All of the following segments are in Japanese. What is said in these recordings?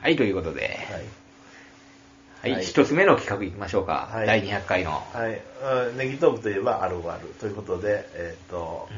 はい、ということで。はい。はい、はい一つ目の企画いきましょうか。はい第200回の。はい、うんネギトークといえばあるあるということで、えっ、と、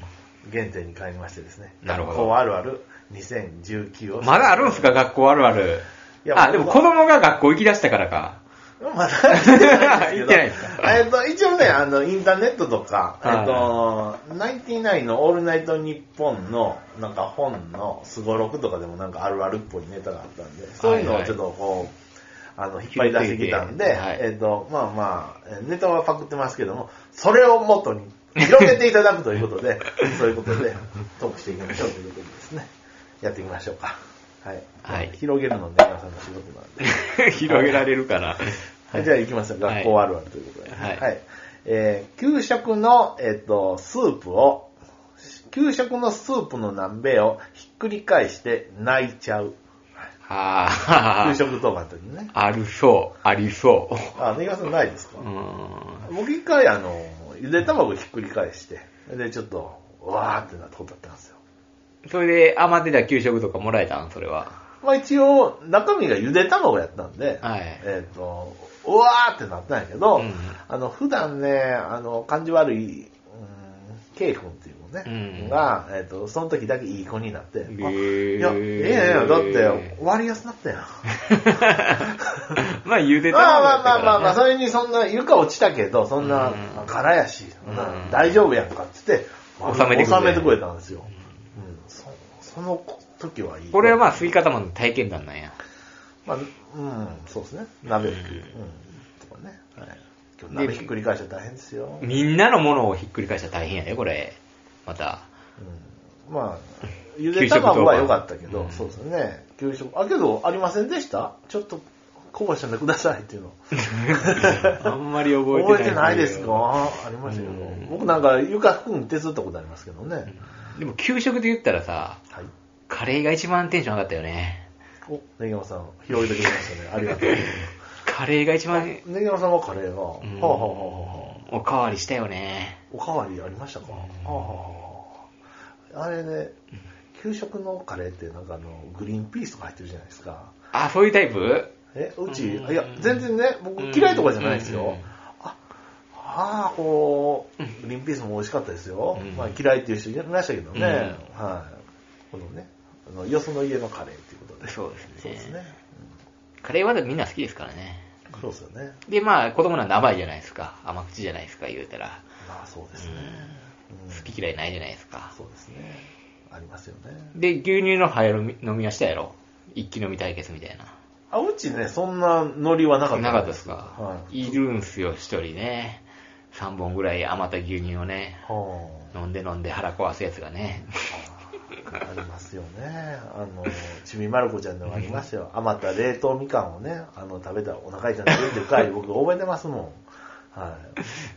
原点に帰りましてですね。なるほど学校あるある2019を。まだあるんすか、学校あるあるい。やあ、でも子供が学校 行き出したから か。まだ行ってないん行っですけどてないですかえっと、一応ね、あの、インターネットとか、えっ、はと、ナインティナインのオールナイトニッポンの、なんか本のスゴロクとかでもなんかあるあるっぽいネタがあったんで、そういうのをちょっとこう、あの、引っ張り出してきたんで、引っ張り出してはいえっ、と、まあまあ、えーネタはパクってますけども、それを元に広げていただくというこ とで、そういうことで、トークしていきましょうということでですね、やっていきましょうか。はい。はい広げるのね、皆さんの仕事なんで。広げられるかな。はい、じゃあ行きましょう。はい学校あるあるということで。はいえー給食の、えっ、と、スープを、給食のスープの南米をひっくり返して泣いちゃう。あ給ー食当番の時にね。あるそう、ありそあ、ネギさんないですか、う。うーん。僕一回あの、ゆで卵ひっくり返して、で、ちょっと、わーってなったことあったんですよ。それで余ってた給食とかもらえたんそれは。まあ一応、中身がゆで卵やったんで、はい えっ、と、うわーってなったんやけど、うんあの、普段ね、あの、感じ悪い、うん、ケイ君っていう子ね、うんが、えっ、と、その時だけいい子になって、あーいや、ええやんやん、だって、終わりやすなったやん。まあ、茹でたまあもんまだあったまあまあまあ、かそれにそんな床落ちたけど、そんなうん空やし、そんなうん大丈夫やんかってって、収めてくれた収めてくれたんですよ。うん、そその時はいい。らこれはまあ、吸い方マンの体験談なんや。まあ、うん、そうですね。鍋をひっくり、うん、とかね。はい、今日鍋ひっくり返したら大変ですよ。みんなのものをひっくり返したら大変やで、これ。ま た。うん、まあ、ゆで卵は良かったけど、給食とかそうですね。給食、あ、けど、ありませんでしたちょっと、こぼしてんでくださいっていうの。あんまり覚えてない。覚えてないですかありましたけど、うん僕なんか床服に手伝ったことありますけどね。でも、給食で言ったらさ、はい。カレーが一番テンション上がったよね。お、ネギマさん、広いてくれましたね。ありが とう。カレーが一番、ネギマさんはカレーが、はうんあ、はあはあはあ、おかわりしたよね。おかわりありましたか、はあはあはああれね、給食のカレーってなんかあの、グリーンピースとか入ってるじゃないですか。あ、そういうタイプえ、うち、うんいや、全然ね、僕嫌いとかじゃないですうんうんよ。あ、ああ、こう、グリーンピースも美味しかったですよ。うんまあ嫌いっていう人いましたけどね。うんはい。このね、あの、よその家のカレーっていうことで。そうですねそうですね。カレーはみんな好きですからね。うんそうですよね。で、まあ、子供なんで甘いじゃないですか。甘口じゃないですか、言うたら。まあそうですね。うん好き嫌いないじゃないですか。そうですね。ありますよね。で、牛乳の早飲み飲みはしたやろ。一気飲み対決みたいな。あ、うちね、そんなノリはなかった。なかったですか、はい。い、るんすよ、一人ね。3本ぐらい余った牛乳をね、は飲んで飲んで腹壊すやつがね。あ、ありますよね。あの、ちびまる子ちゃんのがありましたよ。余った冷凍みかんをね、あの、食べたらお腹痛くなるっていう 回、僕覚えてますもん。は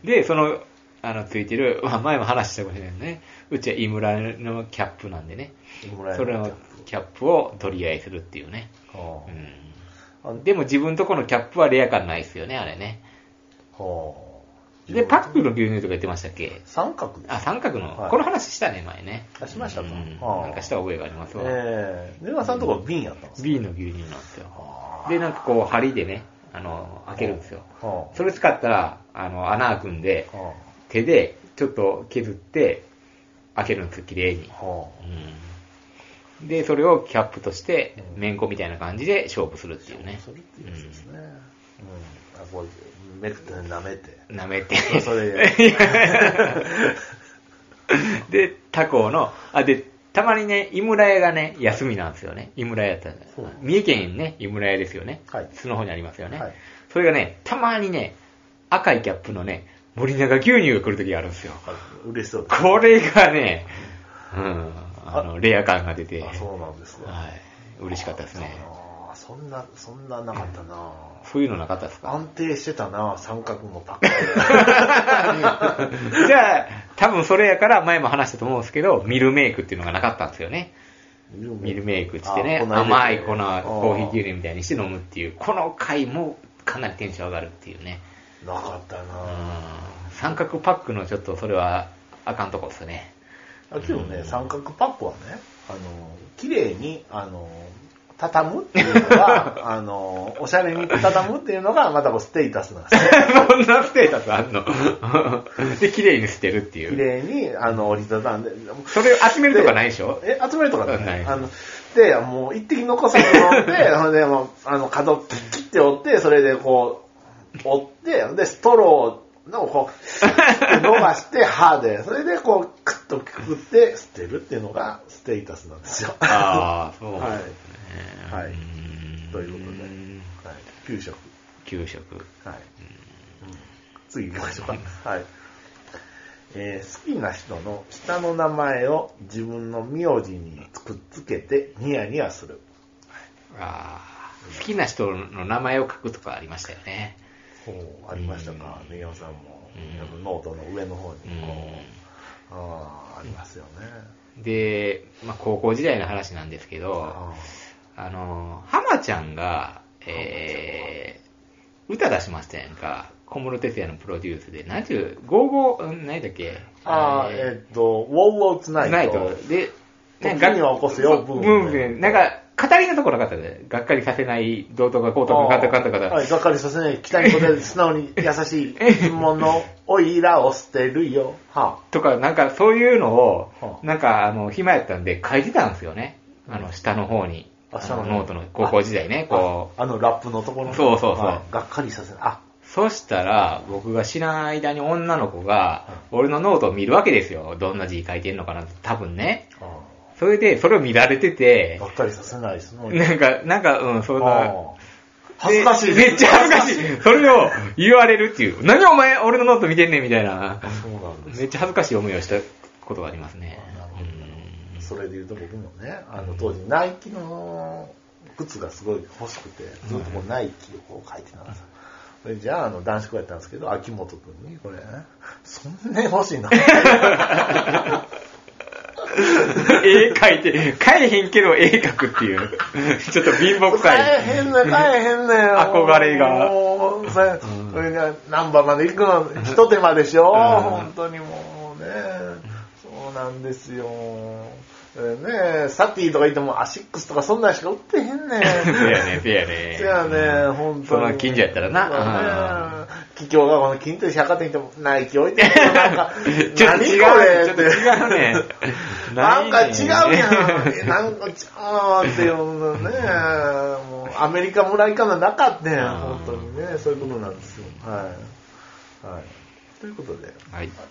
い。で、その、あの、ついてる、 まあ、前も話したかもしれないですね。うちは井村のキャップなんでね。もらえそるれのキャップを取り合いするっていうね。はあ、うん。でも自分とこのキャップはレア感ないですよね、あれね。はあ。で、パックの牛乳とか言ってましたっけ三角です。あ、三角の、はいこの話したね、前ね。あしましたかうんはなあんかした覚えがありますわ。ええー。根川さんのとこ瓶やったんですか B の牛乳なんですよ。はで、なんかこう、針でね、あの、開けるんですよ。あ。はそれ使ったら、あの、穴開くんであ。、は手でちょっと削って、開けるんですよ、綺麗にあ。。はうん。で、それをキャップとして、うんめんこみたいな感じで勝負するっていうあ。ね。それっていうやつですね。うん。あ、こう、めくって舐めて。舐めて。それ、 で、他校の、あ、で、たまにね、井村屋がね、休みなんですよね。井村屋ってほう、三重県ね、井村屋ですよね。はい津の方にありますよね。はいそれがね、たまにね、赤いキャップのね、森永牛乳が来る時があるんですよ。嬉しそうです。これがね、うん、あの、レア感が出て、あ、そうなんですね。はい、嬉しかったですね。あーそんな、そんななかったなそういうのなかったですか 安定してたな三角もパック。じゃあ、多分それやから前も話したと思うんですけど、ミルメイクっていうのがなかったんですよね。 ミルメイクっつってね、あ粉入れて甘い粉、コあーーヒー牛乳みたいにして飲むっていう、この回もかなりテンション上がるっていうね。なかったうんな三角パックのちょっとそれはあかんとこですね。 あけどね、三角パックはね、あの、綺麗に、あの、畳むっていうの が、あの、おしゃれに畳むっていうのが、またこうステータスなん ですね。そんなステータスあんの で、綺麗に捨てるってい綺う。麗に、あの、折りたたんで。それを集めるとかないでしょえ、集めるとかなねい。あの、で、もう一滴残さず乗って、 ほんで、もう、あの、角切って折って、それでこう、折って、で、ストローのこう、 伸ばして、歯で、それでこう、クッとくくって捨てるっていうのがステータスなんですよ。ああ、そうなんはですい。ね。はいはいんということではい。給食。給食。はい。うん次行きましょうか。はい。えー好きな人の下の名前を自分の名字にくっつけてニヤニヤする。ああ、好きな人の名前を書くとかありましたよね。ありましたか、根山さんも、うんノートの上の方にこう、うあーありますよね。んで、まあ、高校時代の話なんですけど、ああの、浜ちゃんが、えー、歌出しましたやんか。小室哲也のプロデュースで、何十、55、うん何だっけーあー、えーっ、と、ウォーウォーツナなイいト。と。で、時には起こすよブブーームム。なんか、語りのところなかったで、がっかりさせない、道徳がこうとか、かんとかんとかはい、がっかりさせない。期待に応えて素直に優しいもの、おいらを捨てるよ。はとか、なんかそういうのをは、あなんか、あの、暇やったんで書いてたんですよね。あの、下の方に。ああ下のの方ノートの高校時代ね、こう。ああのラップのところそうそうそうはいがっかりさせない。あ、そしたら、僕が知らない間に女の子が、俺のノートを見るわけですよ。どんな字書いてんのかなって、多分ね。あそれで、それを見られてーてが、っかりさせない。素直に。なんか、なんか、うん、そんな、あー恥ずかしい。でめっちゃ恥ずかしい。 い。それを言われるっていう。何お前、俺のノート見てんねんみたいな。そうなんですめっちゃ恥ずかしい思いをしたことがありますねあなるほどなるほ。それで言うと僕もね、あの当時ナイキの靴がすごい欲しくて、ずっとこうナイキをこう書いてたんですよ。それじゃあ、あの男子校やったんですけど、秋元くんにこれね、そんなに欲しいの絵描いて、描えへんけど絵描くっていう。 ちょっと貧乏臭買い。 えへんねん、買えへんねん。憧れがもう、それ、うんそれがナンバーまで行くの、一手間でしょ、うん本当にもうね。そうなんですよ。ねサティとか言っても、アシックスとかそんなんしか売ってへんねん。せや ね、せやね。そやね、本当に。その近所やったらな。、な。企業がこの近所に百貨店行っても、ナイキ置いてるけどなんか ちょっと何違こう、れちょっとって。違うね。 なんか違うやん。ないねなんか違うっていうのね。もうアメリカ村行かななかったやん。本当にね。そういうことなんですよ。はい。はい。ということで。 はい。で、好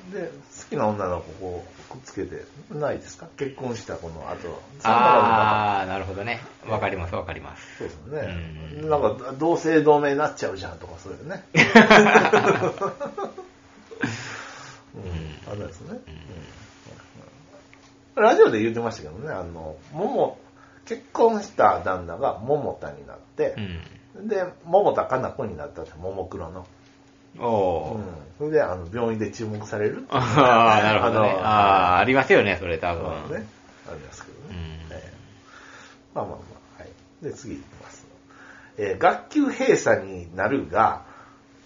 きな女の子をくっつけてないですか結婚した子の後。あー、なるほどね。わかります、わかります。そうですよねう。んなんか同姓同名になっちゃうじゃんとか そういうね。うん、あれですね、うんラジオで言ってましたけどね、あの、もも、結婚した旦那が桃田になってう、ん。で、桃田かな子になったって、桃黒の。おうー。ん。それで、あの、病院で注目される。ああ、なるほどね。あのああー、ありますよね、それ多分。まあね、ありますけどね。うんええまあまあまあ、はい。で、次いきます。えー学級閉鎖になるが、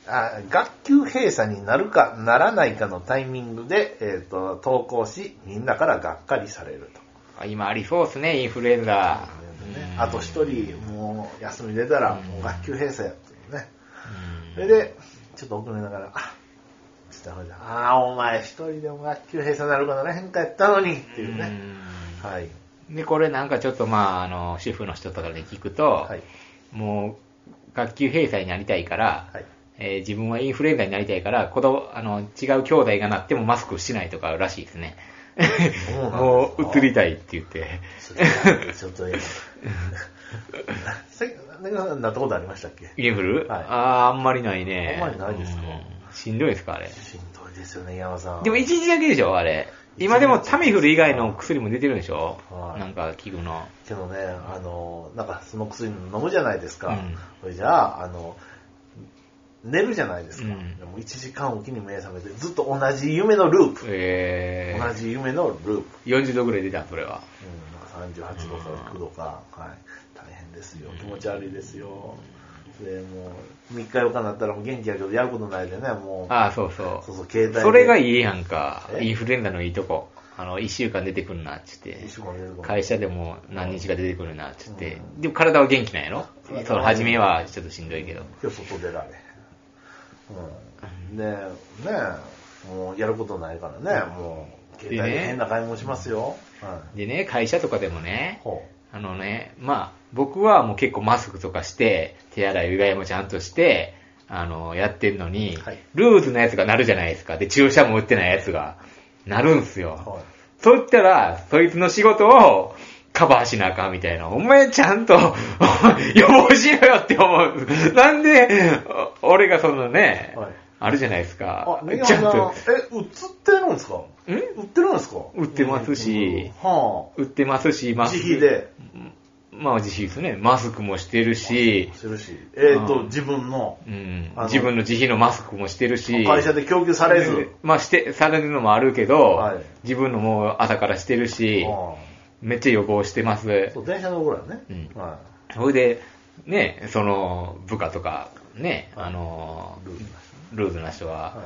あ学級閉鎖になるかならないかのタイミングで、えー、と投稿し、みんなからがっかりされると。あ今ありそうですね、インフルエンザ。ねあと一人、もう休み出たら、もう学級閉鎖やってね。うんそれで、ちょっと遅れながら、あちょっとダメだああ、お前一人でも学級閉鎖になるかならへんかやったのにっていうね。はい。うんで、これなんかちょっとまあ、あの、主婦の人とかに聞くと、はい。もう、学級閉鎖になりたいから、はい。えー自分はインフルエンザになりたいから、子供、あの、違う兄弟がなってもマスクしないとからしいですね。そうなんですかもう、移りたいって言って。ちょっと、えせ、根岸さんなったことありましたっけインフル、はいああー、あんまりないね。あんまりないですかうんしんどいですか、あれ。しんどいですよね、山さん。でも一日だけでしょ、あれ。今でもタミフル以外の薬も出てるんでしょ、はいなんか器具の。けどね、あの、なんかその薬飲むじゃないですか。うんそれじゃあ、あの、寝るじゃないですか。うんでも1時間おきに目覚めて、ずっと同じ夢のループ。え同ー、じ夢のループ。うん、なんか40度ぐらい出た、それは。 38度から9度か。はい。大変ですよ。気持ち悪いですよ。で、もう、3日4日になったらもう元気やけど、やることないでね、もう。ああ、そうそう。そうそう携帯でそれがいいやんか。えインフルエンザのいいとこ。あの、一週間出てくるな、っつって。一週間出てくる会社でも何日か出てくるな、っつって。でも体は元気なんやろその初めはちょっとしんどいけど。今日外出られへん。うん。で、ねえ、もうやることないからね、もう、携帯で変な買い物しますよ。はでね、会社とかでもねい。、ほあのね、まあ、僕はもう結構マスクとかして、手洗いうがいもちゃんとして、あの、やってんのに、はいルーズなやつがなるじゃないですか。で、注射も打ってないやつが、なるんすよ。う。はい。そう言ったら、そいつの仕事をカバーしなあかんみたいな。お前ちゃんと 予防しろよって思う。なんで、お俺がそのね、はいあるじゃないですあか、。メガちさゃん、んえ、と、売ってるんですかん売ってるんですか売ってますしは売ってますし、あ。マス自ク。費で。まあ自費ですね。マスクもしてるし、するし。えっ、うと、ん自分のうんあの自分の自費のマスクもしてるし、会社で供給されず。まあして、されるのもあるけど、はい自分のもう朝からしてるし、はめっちゃ予防してますあ。そう、電車の頃やね。うんはそれで、ね、その、部下とか、ね、あのい。、ルールだしルーズな人は、は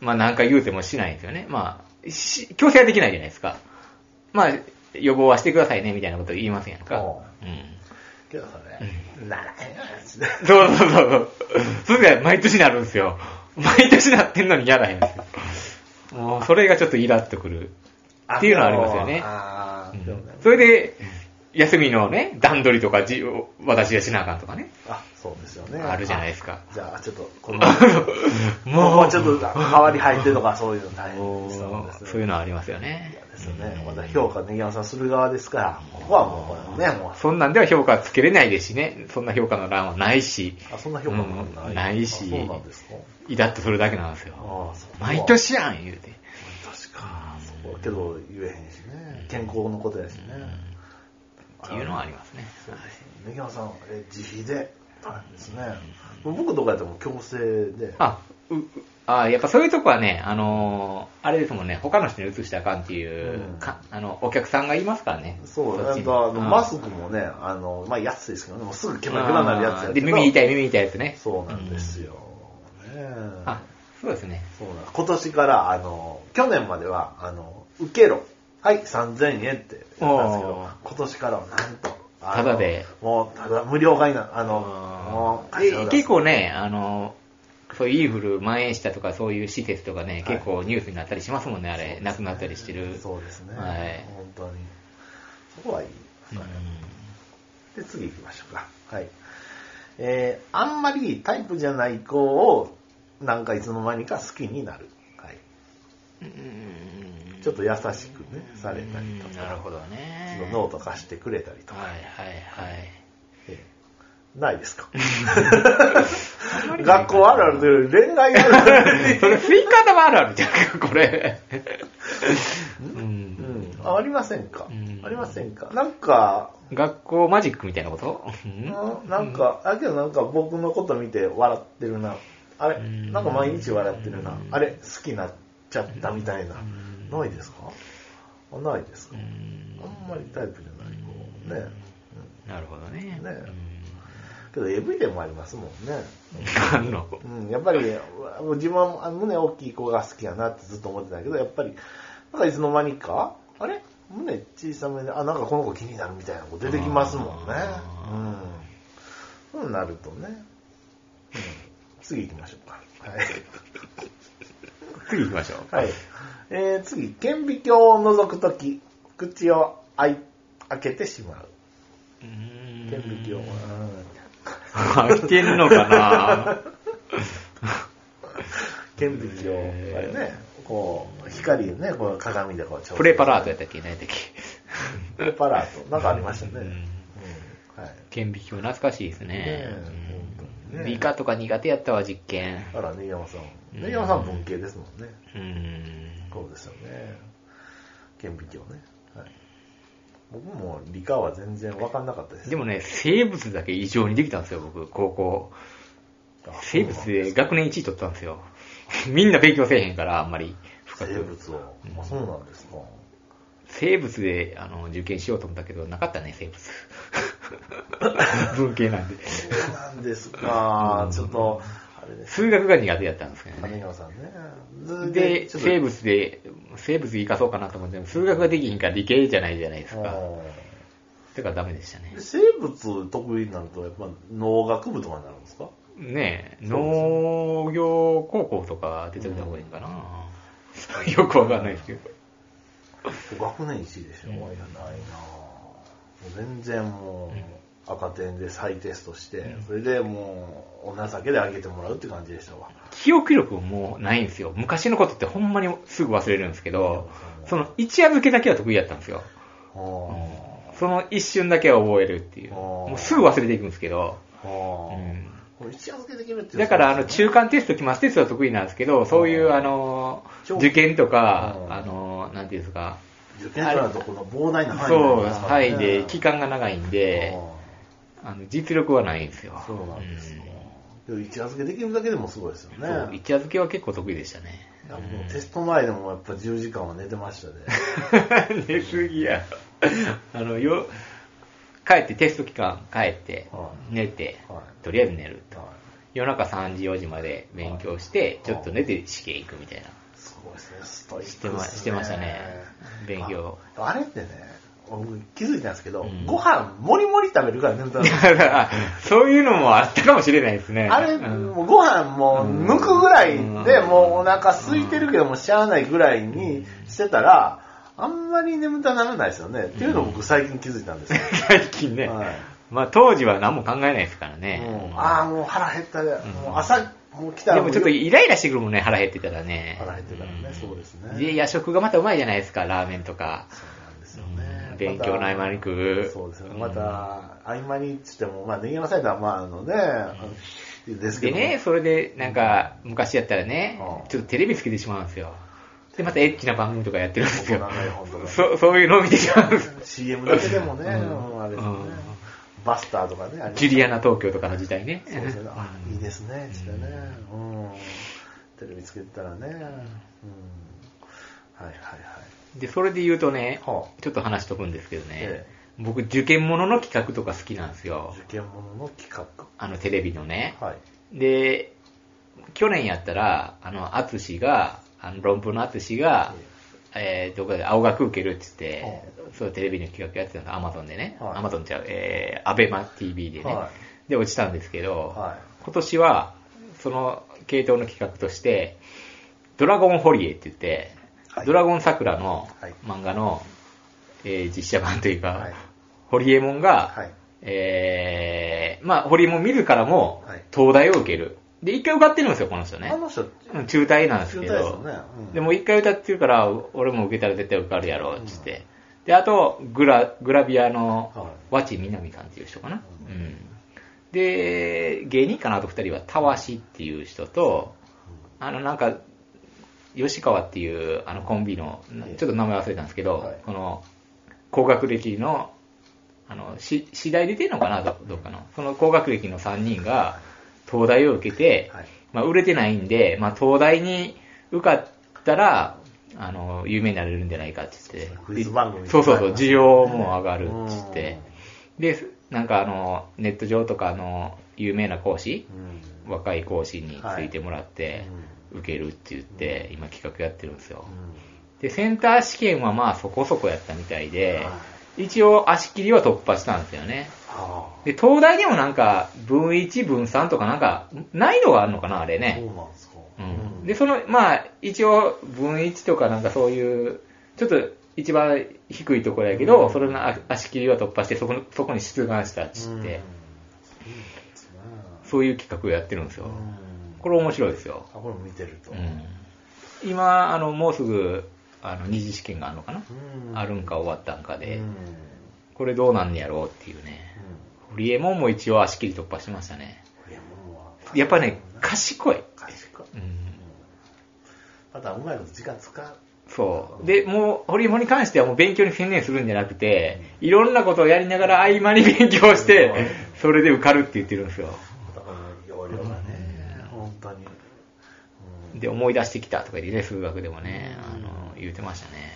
まあ何回言うてもしないんですよね。まあ、し強制はできないじゃないですか。まあ、予防はしてくださいね、みたいなこと言いませんやんか。おううん。い。けどそれ、ならへんやつで。そうそうそうそう。それが毎年なるんですよ。毎年なってんのにやらへんんですよ。もう、それがちょっとイラっとくる。っていうのはありますよねあうーんでもねそれで、休みのね、段取りとかじ、私がしなあかんとかね。あ、そうですよね。あるじゃないですか。あ。じゃあ、ちょっと、 この、もうちょっと代わり入ってとか、そういうの大変ですよね。そういうのはありますよね。ですよね。また評価、ネギ山さんする側ですから、ここはもう、これね、もう、そんなんでは評価つけれないですしね。そんな評価の欄はないし、あ、そんな評価なんだうんないしあそうなんですか。イラッとするだけなんですあよ。あ、そう毎。年やん、言うて。確か。そこはけど、言えへんしね。健康のことやしね。っていうのはありますね。そうですね。ネギ山さん、え、自費で、大変ですね。もう僕とかやっても強制で。あ、う、うあやっぱそういうとこはね、あのーあれですもんね、他の人に移したらあかんっていう、うんかあの、お客さんがいますからね。そう、っなちんにか、あの、マスククもね、あの、まあ、安いですけどね、もうすぐけなくなるやつやけどで、耳痛い、耳痛いやつね。そうなんですよ。ねうえん。あ、そうですね。そうなん今年から、あの、去年までは、あの、受けろ。はい、3000円ってやったんですけおどー、今年からはなんと、あタのダで。もう、ただ、無料買いな、あの、もう、え結、構ね、あの、そういうインフル蔓延したとか、そういう施設とかね、はい結構ニュースになったりしますもんね、あれ、亡くなったりしてる。そうですね。はい本当に。そこはいい。うんで、次行きましょうか。はい。えー、あんまりタイプじゃない子を、なんかいつの間にか好きになる。はい。ちょっと優しくね、されたりとうんか。なるほどね。そのノート貸してくれたりとはいか。はいはい。ええないですか りない学校あるあるで恋愛あるあ る。それ、吸い方もあるあるじゃんか、これ。うんうん、あありませんか、うんありませんかなんか、学校マジックみたいなことうんうんなんか、あけどなんか僕のこと見て笑ってるな。あれ、んなんか毎日笑ってるな。あれ、好きになっちゃったみたいな。ないですかあないですかあんまりタイプじゃない子。ね。なるほどね。ねけど、エブリデイもありますもんね。うんあんの。うん、やっぱり、うわ自分はあ胸大きい子が好きやなってずっと思ってたけど、やっぱり、なんかいつの間にか、あれ胸小さめで、あ、なんかこの子気になるみたいな子出てきますもんね。うん。そうなるとね。うん、次行きましょうか。はい。次行きましょう。はい。えー、次、顕微鏡を覗くとき、口を開い開けてしまう。うん顕微鏡は。飽きてんのか な顕微鏡、あれね、こう、光ね、こう鏡でこう調整プレパラートやったっけ何やったっけプレパラート。なんかありましたね。ううんん。はい。顕微鏡懐かしいですねねえうん理科とか苦手やったわ実験あら、ね山さん。うねん山さん文系ですもんね。うんそうですよね。顕微鏡ね。はい。僕も理科は全然わかんなかったです。でもね生物だけ異常にできたんですよ僕高校あ、生物で学年1位取ったんですよ みんな勉強せえへんからあんまり深生く物を。あ、そうなんですか。生物であの受験しようと思ったけどなかったね生 物文系なんでそうなんですか。ちょっと、あれです。数学が苦手だったんですけど上ね。川さんね。ずで、ちょっ生物で、生物生かそうかなと思っても、数学ができひんから理系じゃないじゃないですとか。うんだからダメでしたねで。生物得意になると、やっぱ農学部とかになるんですかねえ、そうです農業高校とか出てきた方がいいんかな。 よくわかんないですけど。学年1位でしょ、うんいやないなぁもう全然もう、赤点で再テストして、うんそれでもう、お情けであげてもらうって感じでしたわ。記憶力もないんですよ。昔のことってほんまにすぐ忘れるんですけど、その一夜漬けだけは得意だったんですよ。はその一瞬だけは覚えるっていう。あーもうすぐ忘れていくんですけど、ぁはうぁんこれ一夜漬けできるっていうだから、あの、中間テスト、期末テストは得意なんですけど、そういう、あーあの長、受験とかう、んあの、なんていうんですか、受験とかのとこの膨大な範囲になそりう、ますからはねいで、期間が長いんで、あの実力はないんですよあ。ーそうなんですようん。でも一夜漬けできるだけでもすごいですよね。そう、一夜漬けは結構得意でしたね。いやもうテスト前でもやっぱ10時間は寝てました ね。寝すぎや。あの、よ、帰って、テスト期間帰っては、寝ては、いとりあえず寝ると。はい夜中3時、4時まで勉強して、ちょっと寝て試験行くみたいな。すごいですね、ストイしッてクまですねしてましたね勉強ああれってね、僕気づいたんですけど、うんご飯もりもり食べるから眠たなるだ から、そういうのもあったかもしれないですね。あれ、うんもうご飯もう抜くぐらいで、うんもうお腹空いてるけどもしゃあないぐらいにしてたら、あんまり眠たならないですよね。っていうのを僕最近気づいたんですよ。最近ね。はいまあ、当時は何も考えないですからね。もうああ、もう腹減ったで、もう朝、もう来たでらもちょっといイライラしてくるもんね、腹減ってたらね。腹減ってたらねんそうですねで、夜食がまたうまいじゃないですか、ラーメンとか。なんですよねうん。勉強の合間に食う。そうですよね。んまた、合間にっつっても、まあ、ネギ山サイダーは、まあ、あのね、あのですでけども。ね、それで、なんか、昔やったらねう、んちょっとテレビつけてしまうんですよ。で、またエッチな番組とかやってるんですよ大人の絵本と。かそう、そういうのを見てしまうんです。 CM だけでもね、うんうんあれですよねうん。バスターとかね、あれジュリアナ東京とかの時代ね。。そうですよね。あ、いいですすね、つってね。うん。テレビつけてたらね。うん。はいはいはい。で、それで言うとね、はちょっと話しとくんですけどねえ、僕、受験ものの企画とか好きなんですよ。受験ものの企画。あの、テレビのね。はい。で、去年やったら、あの、アツシが、あの、論文のアツシが、えー、どこで青学受けるって言って、そう、テレビの企画やってたの、アマゾンでね、はいアマゾンちゃう、えー、アベマ TV でね、はで、落ちたんですけど、は今年は、その系統の企画として、ドラゴンホリエって言って、はいドラゴン桜のはい漫画の、えー実写版というか、はいホリエモンが、はい。えー、まあ、堀江も自らもはい、東大を受ける。で、一回受かってるんですよ、この人ねあ。の人、うん中退なんですけ中退ですど。よねうんでも一回歌ってるから、俺も受けたら絶対受かるやろ、っつって。で、あと、グラ、グラビアはのい、和地みなみさんっていう人かな。ううん。で、芸人かなと二人は、たわしっていう人と、あの、なんか、吉川っていう、あの、コンビの、ええちょっと名前忘れたんですけど、はいこの、高学歴の、あの、し、次第出てんのかな、どどっかの。その高学歴の3人が、東大を受けて、はいまあ、売れてないんで、まあ、東大に受かったら、あの、有名になれるんじゃないかって言って。クイズ番組そうそうそう、需要も上がるって言って。で、なんかあの、ネット上とかの、有名な講師、うん。若い講師についてもらって、受けるって言って、今企画やってるんですよ。で、センター試験はまあそこそこやったみたいで、は一応足切りは突破したんですよね。あで、東大でもなんか、分1、分3とかなんか、難易度があるのかな、あれあ、そうね。なんですか。うん。で、その、まあ、一応、分1とかなんかそういう、ちょっと一番低いところやけど、うんそれの足切りは突破して、そこの、そこに出願したっつって、そういう企画をやってるんですうよ。ん。これ面白いですよ。あ、これ見てると。うん、今あのもうすぐあの二次試験があるのかな、うんあるんか終わったんかで、うんこれどうなんねやろうっていうね堀江門も一応足切り突破しましたねいやもうもうやっぱね賢い、賢い。うん、またうまいこと時間使う。そうでもう堀江門に関してはもう勉強に専念するんじゃなくていろんなことをやりながら合間に勉強してそれで受かるって言ってるんですよまたこの要領がね、本当に。で思い出してきたとか言ってね数学でもねあの言ってましたね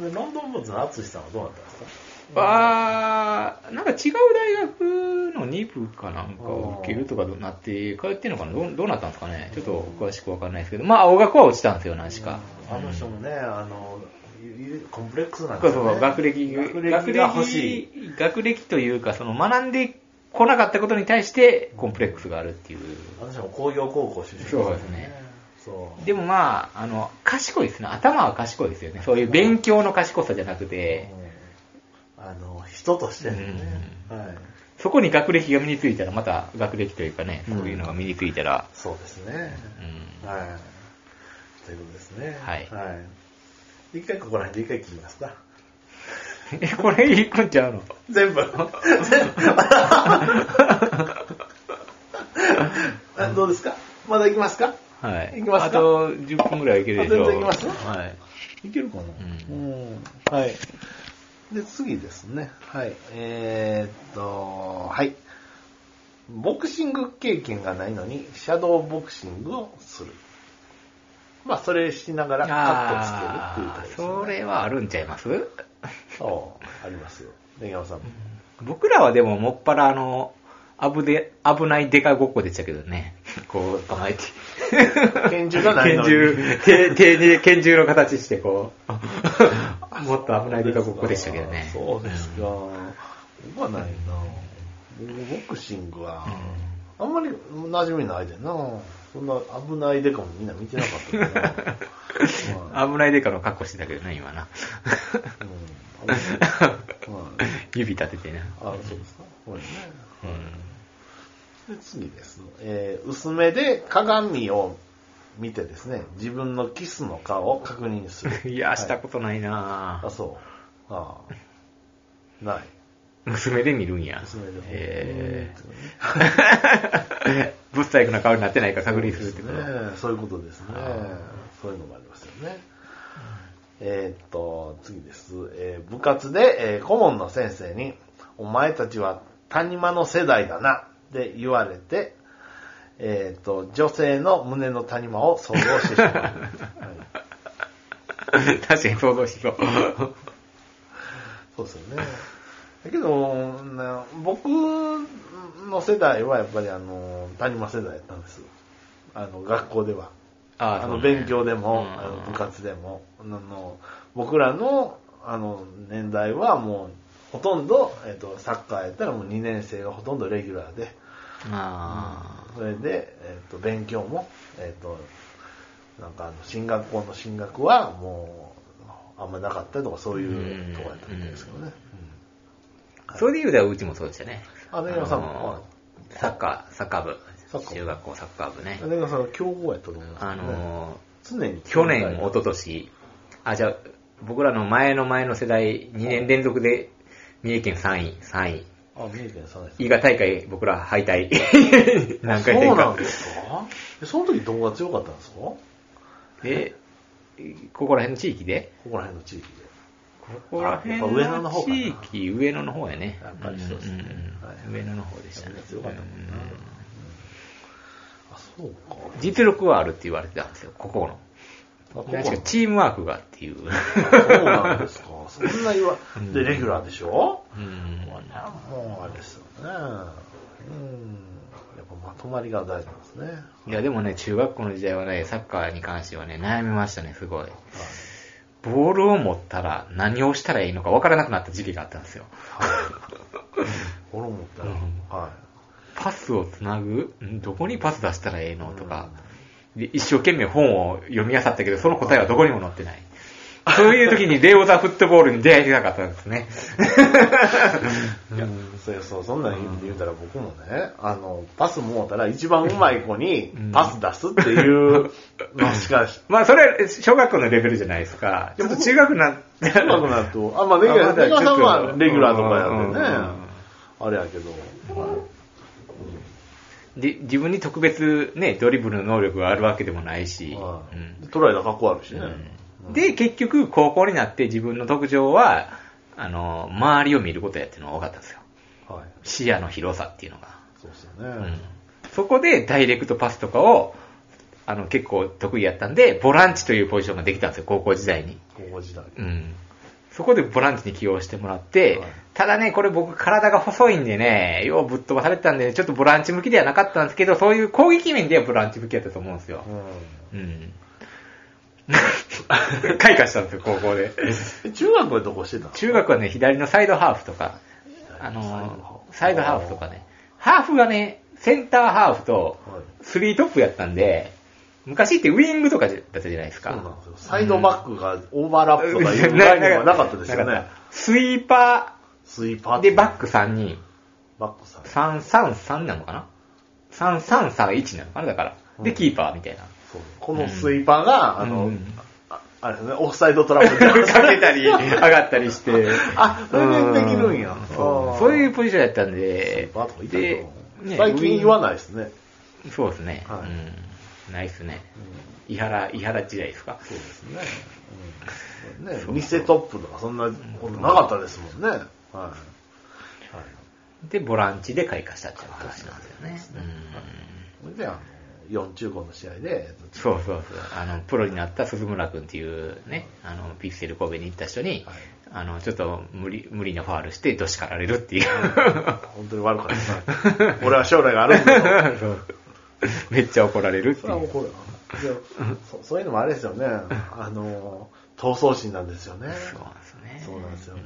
うんで、ロンドンブーツの淳さんはどうだったんですかあーなんか違う大学の2部かなんかを受けるとかどうなって、通ってるのかなどうどうなったんですかねちょっと詳しくわかんないですけど、まあ、青学は落ちたんですよ、何しか。あの人もね、あの、ゆゆコンプレックスなんそでうすそよ、うね。学歴、学歴が欲しい。学歴学歴というか、その学んでこなかったことに対してコンプレックスがあるっていう。あの人も工業高校出身ですそうですね。そう。でもまあ、あの、賢いですね。頭は賢いですよね。そういう勉強の賢さじゃなくて、うんあの、人としてのね、はい。そこに学歴が身についたら、また学歴というかね、そういうのが身についたら、そうですね。 うんはい。ということですね。はいい。一回ここら辺で一回切りますか。え、これ一個ちゃうの全部。 全部あ どうですかまだ行きますかはい。いきますあかと10分ぐらいいけるでしょあ全然いきますはい。いけるかな、ううんはい。で、次ですね。はい。えーっと、はい。ボクシング経験がないのに、シャドーボクシングをする。まあ、それしながらカットつけるっていうタイプですね。それはあるんちゃいますそう、ありますよ。根山さんも。僕らはでももっぱらあの、危で、危ないデカごっこでしたけど ね。こう、構えて。拳銃がないのに 拳銃、手、手に拳銃の形してこ う。もっと危ないデカごっこでしたけどね。。そうですか。僕はないな。僕ボクシングは、あんまり馴染みないでな。そんな危ないでかもみんな見てなかったから危ないデカの格好してたけどね、今な。 うん危ないはい指立ててな。あ、そうですか。これね。うんで次です、えー薄めで鏡を見てですね、自分のキスの顔を確認する。 いや、はいしたことないなあ、そう。ああ。ない。娘で見るんや。娘でもへ え。ぶっ細工な顔になってないか確認するってこと。ねえそういうことですねあ。そういうのもありますよね。えーっと、次です。えー部活で、えー顧問の先生に、お前たちは谷間の世代だなって言われて、えーっと、女性の胸の谷間を想像して しまう。はい確かに想像しそう。そうですよね。だけど、な僕の世代はやっぱりあの、谷間世代だったんです。あの、学校では。あああその、うね勉強でも、うんあの部活でも。あの僕らの、あの、年代はもう、ほとんど、えっ、と、サッカーやったらもう2年生がほとんどレギュラーで、あそれで、えっ、と、勉強も、えっ、と、なんかあの、進学校の進学はもう、あんまなかったとか、そういうとこやったみたいですけどね。うんあ。それで言うたらうちもそうでしたね。あ根山さんものサッカー、サッカー部サッカ。ー中学校サッカー部ね。だからその強豪やったと思います、ね。あの常ー、に去年、一昨年あ、じゃあ、僕らの前の前の世代、2年連続で三重県3位、3位。あ、三重県さんです伊賀大会、僕ら敗 退。何回そ戦うなんかで。すかえその時どこが強かったんですかこで、ここら辺の地域でこら辺の地域ここら辺あやっぱ上野のの方かな地域、上野の方やね。やっぱりそうですねうんはい上野の方でしたねやっぱり。強かったもんなうんあ、そうか。実力はあるって言われてたんですよ、ここの。あここ確かチームワークがって いう。そうなんですか。そんな言わうん、で、レギュラーでしょうんこれはもう、あれですよね。うん。やっぱまとまりが大事なんですね。はいいや、でもね、中学校の時代はね、サッカーに関してはね、悩みましたね、すごい。ボールを持ったら何をしたらいいのか分からなくなった時期があったんですよ。俺思ったら、うんはパスをつなぐんどこにパス出したらええのとか、で一生懸命本を読み漁ったけど、その答えはどこにも載ってない。そういう時にレオザフットボールに出会いたかったんですね。 い。いや、そうそう、そんなん言うたら僕もね、あの、パスもうたら一番うまい子にうんパス出すっていうのしかし、まあ、それは小学校のレベルじゃないですか。ちょっと中学な、 うまくなると、あ、まあ、レギュラー、レギュラーさんはレギュラーとかやってね、あれやけど、で自分に特別ね、ドリブルの能力があるわけでもないし、はいうんトライがかっこあるしね。うんで、結局、高校になって自分の特徴は、あの、周りを見ることやっていうのが多かったんですよ。はい。視野の広さっていうのが。そうですうよんね。そこでダイレクトパスとかを、あの、結構得意やったんで、ボランチというポジションができたんですよ、高校時代に。高校時代。うん。そこでボランチに起用してもらって、はいただね、これ僕体が細いんでね、ようぶっ飛ばされてたんで、ちょっとボランチ向きではなかったんですけど、そういう攻撃面ではボランチ向きだったと思うんですよ。うん。 開花したんですよ、高校で。うん。中学はどこしてたの中学はね、左のサイドハーフとか、あの、サイドハーフとかね。ハーフがね、センターハーフと、はい。スリートップやったんで、昔ってウィングとかだったじゃないですそうなんか。ですよ。サイドバックがオーバーラップとかいう概念はなかったですよなかねっ。たスイーパスイーパーーってでバック3人、バックさん。 333なのかな ?3331 なのかなだから。うで、んキーパーみたいな。そうこのスイーパーが、あの、うんああれですね、オフサイドトラップか でけたり、上がったりして。あそれでできるんやうあそーうそういうポジションやったんでバーとかい。たけでど、ね最近言わウないですね。ィンそうですね。はいうん。ないっすね。伊原、伊原時代ですか。そうですね。うんね、偽トップとかそんなことなかったですもんね。はい。はいで、ボランチで開花したっていう話なんですよね。それで、あの、4中5の試合で、うんそうそうそう。あの、プロになった鈴村君っていうね、あの、ピクセル神戸に行った人に、はいあの、ちょっと無理、無理なファールして、どしかられるっていう。 本当に悪かったな。俺は将来があるん だよ。そうめっちゃ怒られるってそいれはう。怒るわでもそそういうのもあれですよね。あの、闘争心なんですよね。そうなんですね。そうなんですよね。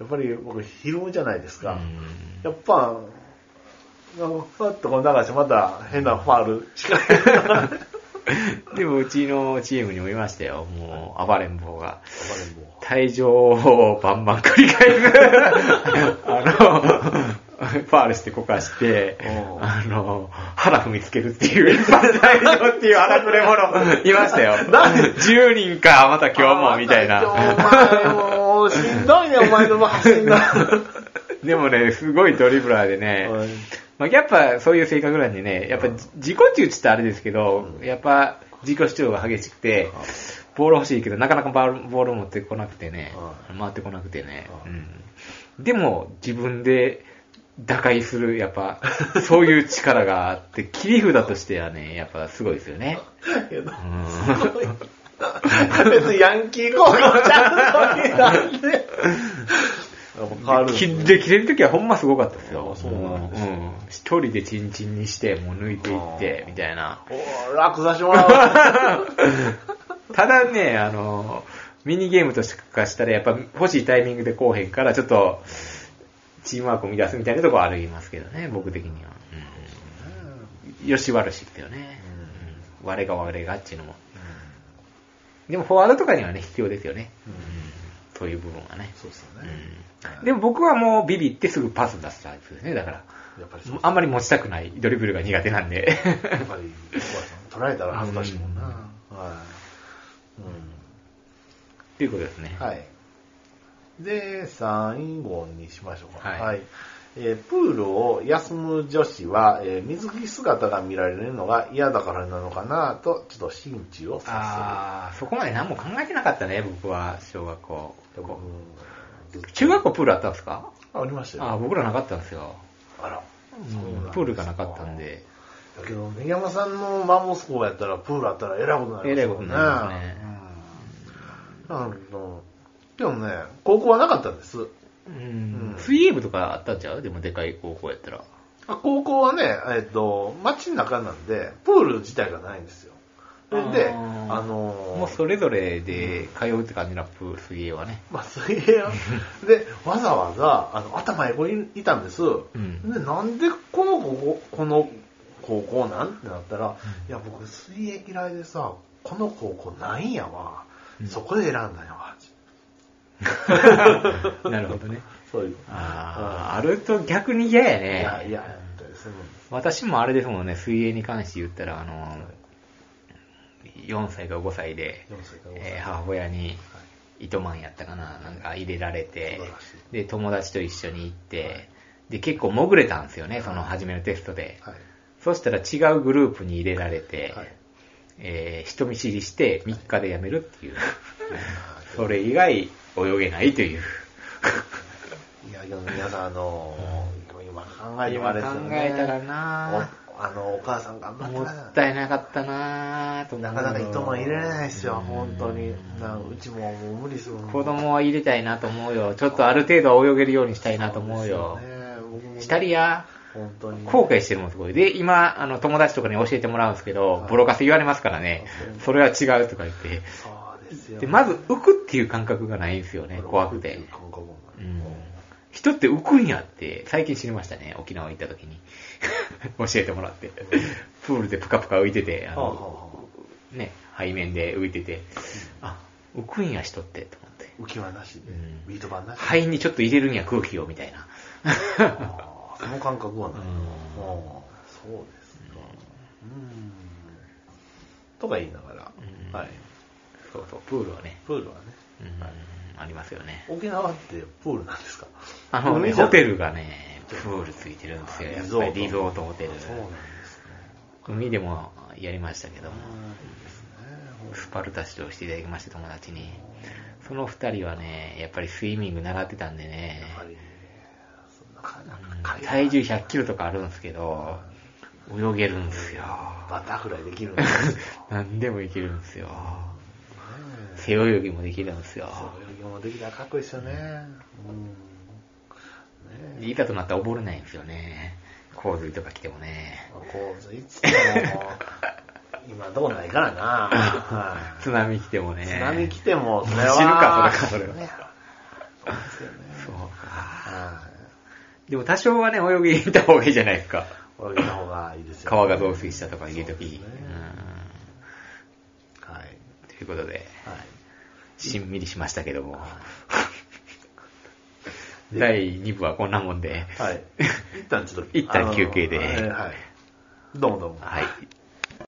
やっぱり僕、ひるむじゃないですうか。んやっぱ、なんかふわっとこの流してまた変なファール近い。でもうちのチームにもいましたよ。もう、暴れん坊が。退場をバンバン繰り返す。あの、ファールしてこかしてお、うあの、腹踏みつけるっていう、一発退場っていう荒くれ者、いましたよ。10人か、また今日も、みたいお前な。もうしんどいね、お前の走んだ。でもね、すごいドリブラーでね、まあ、やっぱそういう性格なんでね、やっぱじ自己中ってあれですけど、やっぱ自己主張が激しくて、ボール欲しいけど、なかなかバールボール持ってこなくてねは、回ってこなくてねは、いうん、でも自分で打開する、やっぱそういう力があって、切り札としてはね、やっぱすごいですよね。けどうんすごい別にヤンキー高校ちゃんとになん で。変わるんです切ねで切れるときはほんますごかったですよあ。そうなんですううん一人でチンチンにして、もう抜いていって、みたいな。おー楽させてもらおう。ただね、あの、ミニゲームとしかしたら、やっぱ欲しいタイミングでこうへんから、ちょっと、チームワークを乱すみたいなとこはありますけどね、僕的には。うん。よし悪しってよね。うん。我が我がっていうのも。でも、フォワードとかにはね、必要ですよね。うんそういう部分はね。そうですようね。ん。でも僕はもうビビってすぐパス出すタイプですね、だから。やっぱりそうですあんまり持ちたくない、ドリブルが苦手なんで。 やっぱり、小林さん、取られたら恥ずかしいもんな。はい。うということですね。ん。はい。で、最後にしましょうか。はいえープールを休む女子は、えー水着姿が見られるのが嫌だからなのかなと、ちょっと心中をさああ、そこまで何も考えてなかったね、僕は、小学校。せる。中学校プールあったんですかあありましたよ。ああ、僕らなかったんですよ。あら。そうなんですうんかプールがなかったん。で。だけど、根山さんのマンモス校やったら、プールあったらえらいことになりますえらいことになりますねうん。なるほど。でもね、高校はなかったんです。うんうん水泳部とかあったんちゃうでもでかい高校やったら。あ高校はね、えっと、街の中なんで、プール自体がないんですよ。それで、あーあのーもうそれぞれで通うって感じのプール、水泳はね。まあ、水泳はで、わざわざ、あの、頭横にいたんです。んで、なんでこの高校、この高校なんってなったら、いや、僕、水泳嫌いでさ、この高校ないんやわ。そこで選んだんやわ。なるほどね。そういう。ああ、あると逆に嫌やね。いや、いや、みたいですね。私もあれですもんね、水泳に関して言ったら、あの、4歳か5歳で、 4歳か5歳えー母親に、糸満やったかな、なんか入れられて、で、友達と一緒に行って、で、結構潜れたんですよね、その初めのテストで。はい。そしたら違うグループに入れられて、はいえー人見知りして3日で辞めるって いう。はいそれ以外泳げないと いう。いや、でも皆さん、あのー今考えても今あれ考ですよね。えたらなぁお あの、お母さん頑張ってもなったいなかったなぁと思うなかなか糸も入れれないですよ、うん本当に。なうちももう無理するもん子供は入れたいなと思うよ。ちょっとある程度は泳げるようにしたいなと思うよ。そうですね僕もしたりや。本当に。後悔してるもんすごい。で、今、あの、友達とかに教えてもらうんですけどは、いボロカス言われますからねう。んそれは違うとか言って。そうですよ。で、まず浮くっていう感覚がないんですよね、怖くて。感覚もうないん。人って浮くんやって、最近知りましたね、沖縄行った時に。 教えてもらって。プールでぷかぷか浮いてて、あはあはの、ね、背面で浮いてて、あ、浮くんや人って、と思って。あ浮き輪なしでうん、ビート板 なしで。肺にちょっと入れるには空気を、みたいな。あーその感覚はない。うんあーそうですか。うん。とか言いながうんら、はい。そうそう、プールはね、プールはね、うんはいありますよね。沖縄ってプールなんですかあのね、海じゃホテルがね、プールついてるんですよ。やっぱりリゾートホテル。そうなんですね。海でもやりましたけども、うんいいですスねパルタ指導していただきまして、友達に。その二人はね、やっぱりスイミング習ってたんでねや、っぱりね、そんなかなうんか体重100キロとかあるんですけど、泳げるんですよ。バタフライできるんですよ。ね何でもいけるんですよ。え背泳ぎもできるんですよ。そう泳ぎもできたらかっこいいですよね。うん。ねえ。いざとなったら溺れないんですよね。洪水とか来てもね。こう、いつでも、今どうないからな。 はい津波来てもね。津波来ても、それは。死ぬかそれかそれはねそうですよね。そうか。はでも多少はね、泳ぎに行った方がいいじゃないですか。い。泳ぎの方がいいですよ、川が増水したとかいうとき。そうですねはい。はい。うんということで、しんみりしましたけども。第2部はこんなもんで。 はい。一旦ちょっと。一旦休憩であのはいはい。どうもどうも。はい。